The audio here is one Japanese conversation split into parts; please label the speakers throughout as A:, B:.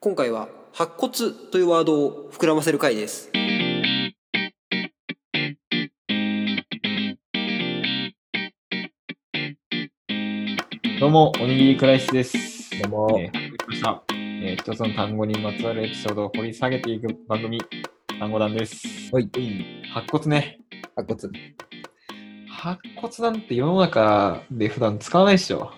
A: 今回は白骨というワードを膨らませる回です
B: どうも、おにぎりクライシスです。
C: どうも
B: えー始まりました。えー一つの単語にまつわるエピソードを掘り下げていく番組、単語団です。
C: はい。
B: 白骨ね。
C: 白骨。
B: 白骨なんて世の中で普段使わないでしょ。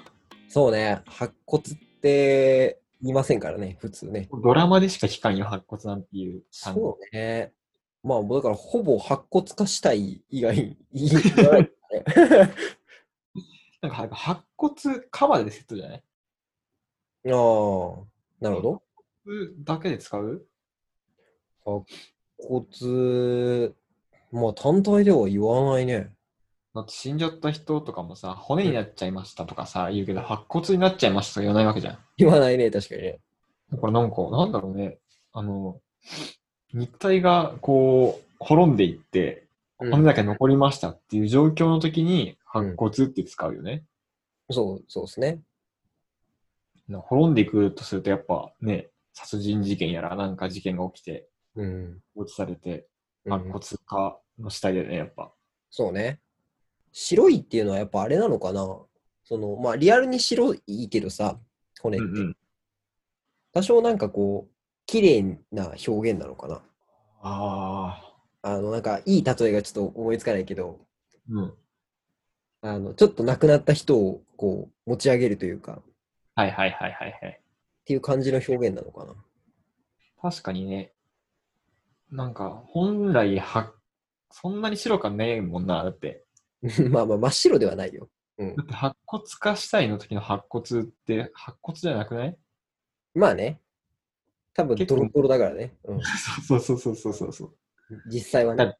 C: そうね。白骨って言いませんからね、普通ね。
B: ドラマでしか聞かんよ、白骨なんていう単語。
C: そうね。まあ、だから、ほぼ白骨化したい以外 に言いようがないからね
B: なんか白骨カバーでセットじゃない
C: ああ、なるほど。
B: 白骨だけで使う
C: 白骨、まあ、単体では言わないね。
B: だって死んじゃった人とかもさ、骨になっちゃいましたとかさ、言うけど、白骨になっちゃいましたとか言わないわけじゃん。
C: 言わないね、確かにね。
B: これなんか、なんだろうね。あの、肉体がこう、滅んでいって、
C: うん
B: 骨だけ残りましたっていう状況の時に、白骨って使うよね。
C: そう、そうですね。
B: なんか滅んでいくとすると、やっぱね、殺人事件やらなんか事件が起きて、
C: うん。
B: 落ちされて、
C: うん
B: 白骨化の死体だよね、やっぱ。
C: そうね。白いっていうのはやっぱあれなのかなその、まあ、リアルに白いけどさ、骨っ
B: う
C: て。
B: んうん。
C: 多少なんかこう、綺麗な表現なのかな。
B: ああ。
C: あの、なんかいい例えがちょっと思いつかないけど、
B: うん。
C: あの、ちょっと亡くなった人をこう、持ち上げるというか、っ
B: はいはいはいはいはい。
C: ていう感じの表現なのかな。
B: 確かにね。なんか、本来は、そんなに白くはねえもんな、だって。
C: まあまあ、真っ白ではないよ。うん
B: だ。って白骨化したいの時の白骨って白骨じゃなくない
C: まあね。多分、
B: 結
C: ド
B: 構
C: ロドロだからね。うん。
B: そうそうそうそうそうそう。
C: 実際は ね。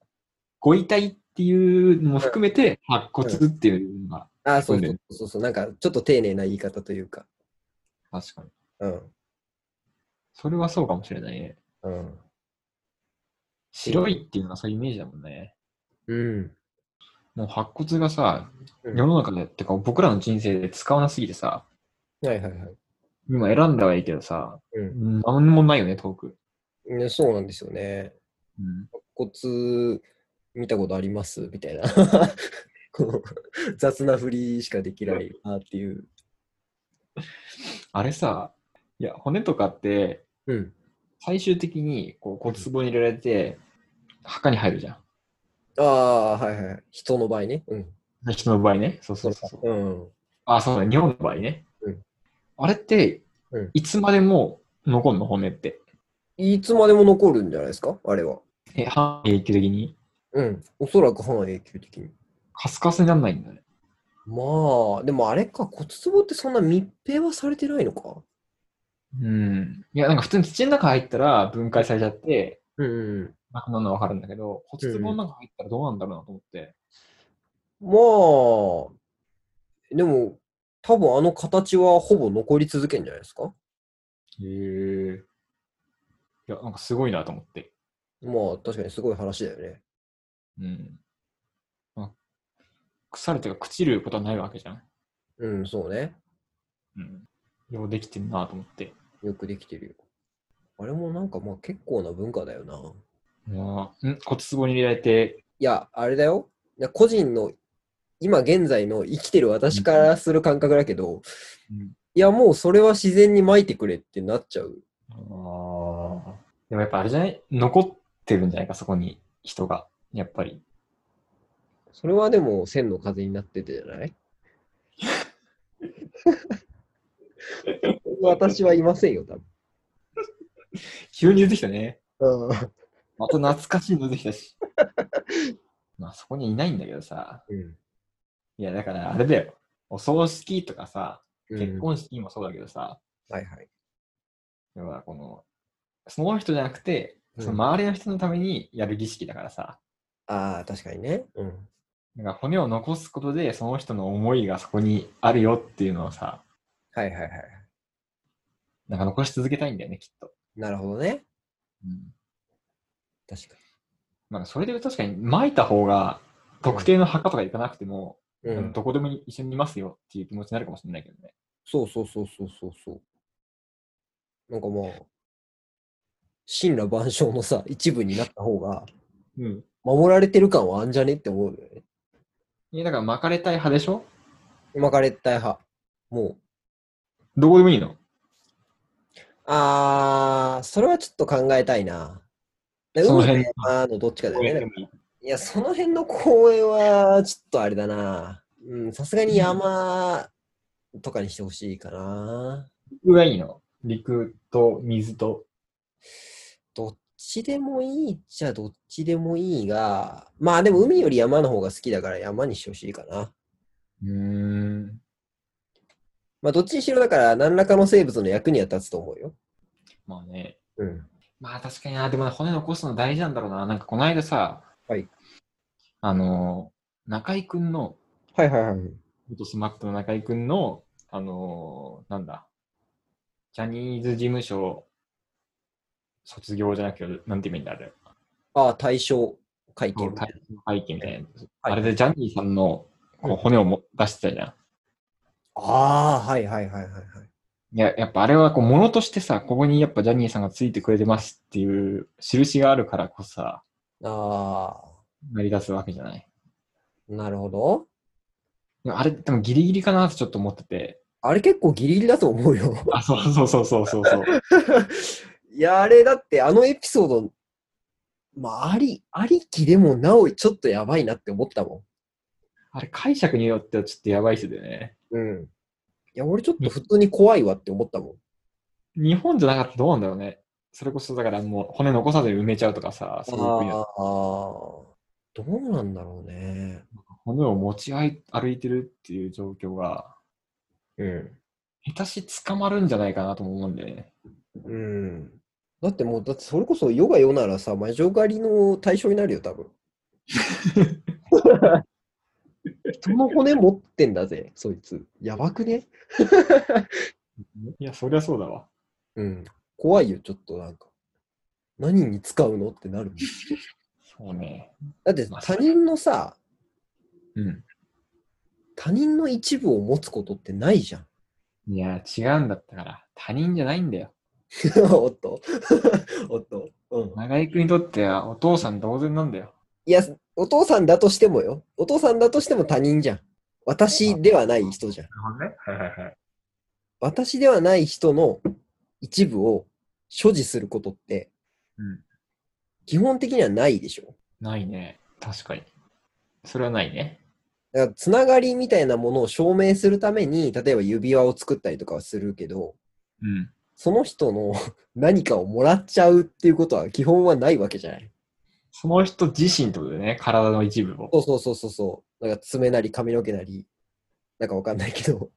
B: ご遺体っていうのも含めて白骨っていうのが、
C: ああ、そう
B: そう
C: そ
B: ね
C: うそうそう。なんか、ちょっと丁寧な言い方というか。
B: 確かに。
C: うん。
B: それはそうかもしれないね。
C: うん。
B: 白いっていうのはそういうイメージだもんね。
C: うん。
B: もう白骨がさ、
C: うん
B: 世の中で、ってか僕らの人生で使わなすぎてさ、
C: はいはいはい。
B: 今選んだはいいけどさ、
C: うん
B: なんもないよね、トーク。
C: ね、そうなんですよね。
B: うん、
C: 骨見たことありますみたいな こう雑な振りしかできないなっていう。
B: あれさ、いや、骨とかって、
C: うん。
B: 最終的にこう骨壺に入れられて、墓に入るじゃん。
C: ああ、はいはい。人の場合ね。うん。
B: 人の場合ね。そうそうそう。
C: うん。
B: あ、そうだ、日本の場合ね。
C: うん
B: あれって
C: うん、
B: いつまでも残んの骨って。
C: いつまでも残るんじゃないですかあれは。
B: え、半永久的に。
C: うん。おそらく半永久的に。
B: カスカスになんないんだね。
C: まあ、でもあれか、骨壺ってそんな密閉はされてないのか
B: うん。いや、なんか普通に土の中入ったら分解されちゃって、
C: うんうん。
B: なくなるのはわかるんだけど、骨壺の中入ったらどうなんだろうなと思って。
C: まあ、でも、多分あの形はほぼ残り続けるんじゃないですか
B: へえ。いや、なんかすごいなと思って。
C: まあ、確かにすごい話だよね。
B: うん。まあ腐るというか、朽ちることはないわけじゃん。
C: うん、そうね。
B: うん。ようできてんなと思って。
C: よくできてるよ。あれもなんかまあ結構な文化だよな。
B: まあ、ん骨壺に入れられて、
C: いや、あれだよ。いや個人の今現在の生きてる私からする感覚だけど、
B: うん
C: いやもうそれは自然に撒いてくれってなっちゃう。
B: ああ。でもやっぱあれじゃない残ってるんじゃないか、そこに人が。やっぱり。
C: それはでも千の風になっててじゃ ない私はいませんよ、多
B: 急に出てきたね。
C: 分。
B: また懐かしいの出てき たし。まあそこにいないんだけどさ。
C: うん。
B: いや、だからあれだよ。お葬式とかさ、結
C: うん
B: 婚式もそうだけどさ、
C: はいはい。
B: 要はこの、その人じゃなくて、
C: うん
B: その周りの人のためにやる儀式だからさ。
C: ああ、確かにね。うん。
B: なんか骨を残すことで、その人の思いがそこにあるよっていうのをさ、
C: はいはいはい。
B: なんか残し続けたいんだよね、きっと。
C: なるほどね。
B: うん
C: 確か
B: なんかそれで確かに撒いた方が特定の墓とか行かなくても、
C: に。うん。
B: どこでも一緒にいますよっていう気持ちになるかもしれないけどね。
C: そうそうそうそうそうそう。なんかまあ、神羅万象のさ、一部になった方が、
B: うん。
C: 守られてる感はあんじゃねって思うよね。
B: え、だから巻かれたい派でしょ
C: 巻かれたい派。もう。
B: どこでもいいの
C: あー、それはちょっと考えたいな。で
B: その
C: 海の
B: 辺
C: 山のどっちかだよね。
B: う
C: いや、その辺の公園は、ちょっとあれだな。うん、さすがに山とかにしてほしいかな。
B: がいいの陸と水と。
C: どっちでもいいっちゃどっちでもいいが、まあでも海より山の方が好きだから山にしてほしいかな。
B: うーん。
C: まあどっちにしろだから何らかの生物の役には立つと思うよ。
B: まあね。
C: うん。
B: まあ確かにな、でもね骨残すの大事なんだろうな。なんかこの間さ、
C: はい。
B: あのー、中居くんの、
C: はいはいはい。
B: 元スマップの中居くんの、あのー、なんだ、ジャニーズ事務所卒業じゃなくて、なんていう意味になる
C: ああ、対象会
B: 背
C: 見。
B: 景みたいなやつ。
C: はい
B: あれでジャニーさんのこう骨をも出してたじゃ
C: ああ、はいはいはいはいはい。
B: ん。いや、やっぱあれはこう物としてさ、ここにやっぱジャニーさんがついてくれてますっていう印があるからこそさ、
C: あ
B: 成り立つわけじゃない。
C: あ、なるほど。
B: でもあれ、でもギリギリかなってちょっと思ってて。
C: あれ結構ギリギリだと思うよ。
B: あ、そうそうそうそうそうそう。
C: いや、あれだってあのエピソード、まあ、あり、ありきでもなおちょっとやばいなって思ったも
B: あれ解釈によってはちょっとやばい人だよね。
C: ん。うん。いや、俺ちょっと普通に怖いわって思ったもん。
B: 日本じゃなかったらどうなんだろうね。それこそだからもう骨残さずに埋めちゃうとかさ、そういう国だ
C: ああ、どうなんだろうね。
B: 骨を持ち歩い歩いてるっていう状況が
C: うん。
B: 下手し捕まるんじゃないかなとも思うんだよね。
C: うん。だってもう、だってそれこそ世が世ならさ、魔女狩りの対象になるよ、多分。人の骨持ってんだぜ、そいつ。やばくね
B: いや、そりゃそうだわ。
C: うん。怖いよ、ちょっとなんか。何に使うのってなるもん。
B: そうね。
C: だって他人のさ、
B: うん。
C: 他人の一部を持つことってないじゃん。
B: いや、違うんだったから、他人じゃないんだよ。
C: おっと。 おっと。うん。
B: 長井君にとってはお父さん同然なんだよ。
C: いや、お父さんだとしてもよ。お父さんだとしても他人じゃん。私ではない人じゃん。
B: なるほどね。はいはいはい。
C: 私ではない人の一部を所持することって、
B: うん
C: 基本的にはないでしょ。
B: ないね。確かに。それはないね。
C: だから、つながりみたいなものを証明するために、例えば指輪を作ったりとかはするけど、
B: うん。
C: その人の 何かをもらっちゃうっていうことは基本はないわけじゃない。
B: その人自身ってことだよね。体の一部
C: そ
B: を。
C: うそうそうそうそう。だから爪なり髪の毛なり、なんかわかんないけど、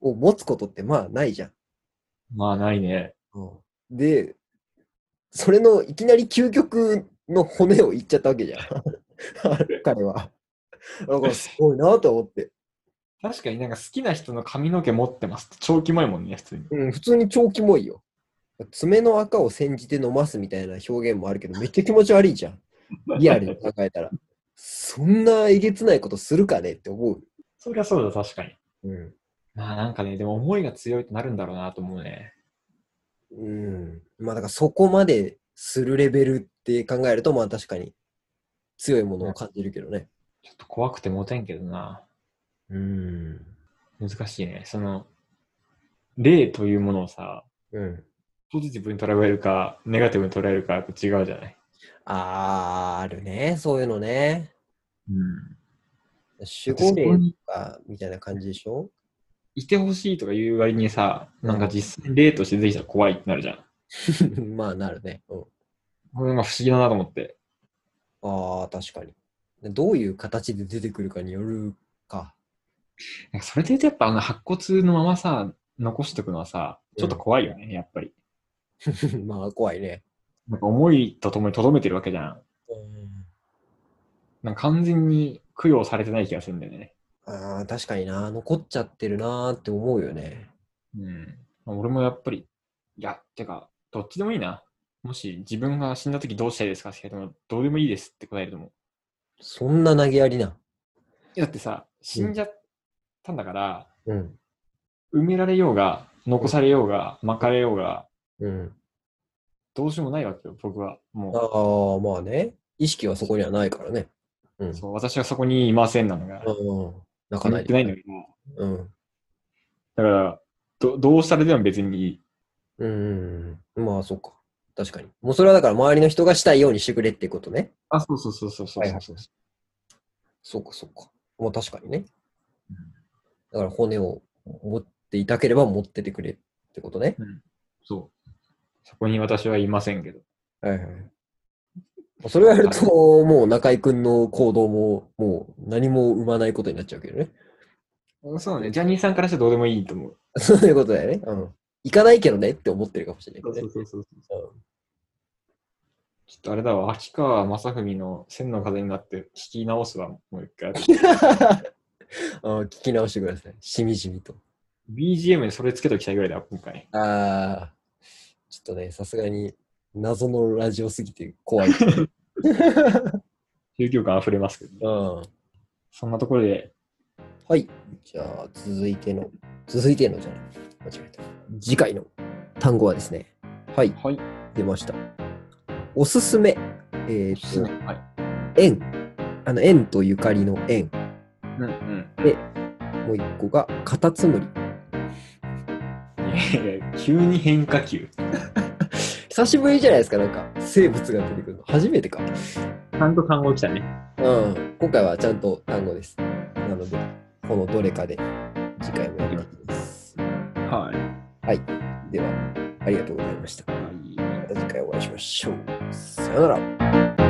C: を持つことってまあないじゃん。
B: まあ、ないね。
C: で、それのいきなり究極の骨をいっちゃったわけじゃん。 彼は。だからすごいなと思って。
B: 確かになんか好きな人の髪の毛持ってますって超キモいもんね、普通に。
C: うん、普通に超キモいよ。爪の赤を煎じて飲ますみたいな表現もあるけど、めっちゃ気持ち悪いじゃん。リアルに考えたら。そんなえげつないことするかねって思う。
B: そりゃそうだ、確かに。
C: うん。
B: まあなんかね、でも思いが強いってなるんだろうなと思うね。
C: うん。まあだからそこまでするレベルって考えると、まあ確かに強いものを感じるけどね。
B: ちょっと怖くてモテんけどな。
C: うん。
B: 難しいね。その、例というものをさ、
C: うん。
B: ポジティブに捉えるか、ネガティブに捉えるかと違うじゃない。
C: あー、あるね。そういうのね。
B: うん。
C: 守護霊とか、みたいな感じでしょ
B: いてほしいとか言う割にさ、なんか実際に例として出てきたら怖いってなるじゃん。
C: まあ、なるね。うん、
B: これなんか不思議だなと思って。
C: ああ、確かに。でどういう形で出てくるかによるか。
B: なんかそれで言うとやっぱあの白骨のままさ、残しとくのはさ、ちょっと怖いよね、やっぱり。
C: まあ、怖いね。
B: なんか思いとともに留めてるわけじゃん。なんか完全に供養されてない気がするんだよね。
C: ああ、確かにな。残っちゃってるなーって思うよね。
B: うん。まあ俺もやっぱり、いや、てか、どっちでもいいな。もし自分が死んだ時どうしたいですかって聞かれても、どうでもいいですって答えると思う。
C: そんな投げやりな。
B: いやだってさ、死んじゃったんだから、
C: うん。
B: 埋められようが、残されようが、巻かれようが、
C: うん。
B: どうしようもないわけよ、僕は。もう。
C: ああ、まあね。意識はそこにはないからね。うん。
B: そう、私はそこにいませんなのが、
C: うん泣かな
B: 言っ
C: い
B: て
C: で。
B: ないんだけど、
C: うん。
B: だから、どどうしたらでも別にいい。
C: うん。まあ、そうか。確かに。もうそれはだから周りの人がしたいようにしてくれってことね。
B: あ、そうそうそうそうそうそうそう、
C: そうか、そうか。まあ、確かにね。だから骨を持っていたければ持っててくれってことね。
B: そう。そこに私はいませんけど。
C: はいはい。それをやると、もう中居君の行動も、もう何も生まないことになっちゃうけどね。
B: そうね、ジャニーさんからしたらどうでもいいと思う。
C: そういうことだよね。うん。行かないけどねって思ってるかもしれないけど ね。
B: そうそう
C: そう
B: ちょっとあれだわ、秋川雅史の千の風になって聞き直すわ、もう一回。
C: あ聞き直してください。しみじみと。
B: BGM にそれつけときたいぐらいだわ、今回。
C: ああ、ちょっとね、さすがに謎のラジオすぎて怖い。うん。
B: 宗教感溢れますけど、
C: は
B: ね。そんなところで、
C: い。じゃあ、続いての、続いてのじゃない。間違えた。次回の単語はですね。はい、
B: はい。
C: 出ました。おすすめ。え
B: おすす
C: ー
B: め
C: と、
B: はい。
C: 縁。あの、縁とゆかりの縁。
B: うんうん。
C: もう一個が、カタツムリ。
B: いやいや急に変化球。
C: 久しぶりじゃないですか、なんか、生物が出てくるの。初めてか。
B: ちゃんと単語来たね。
C: うん、今回はちゃんと単語です。なので、このどれかで次回もやっていきます。
B: はい。
C: では、ありがとうございました。ま
B: はい。
C: た次回お会いしましょう。さよなら。
B: さ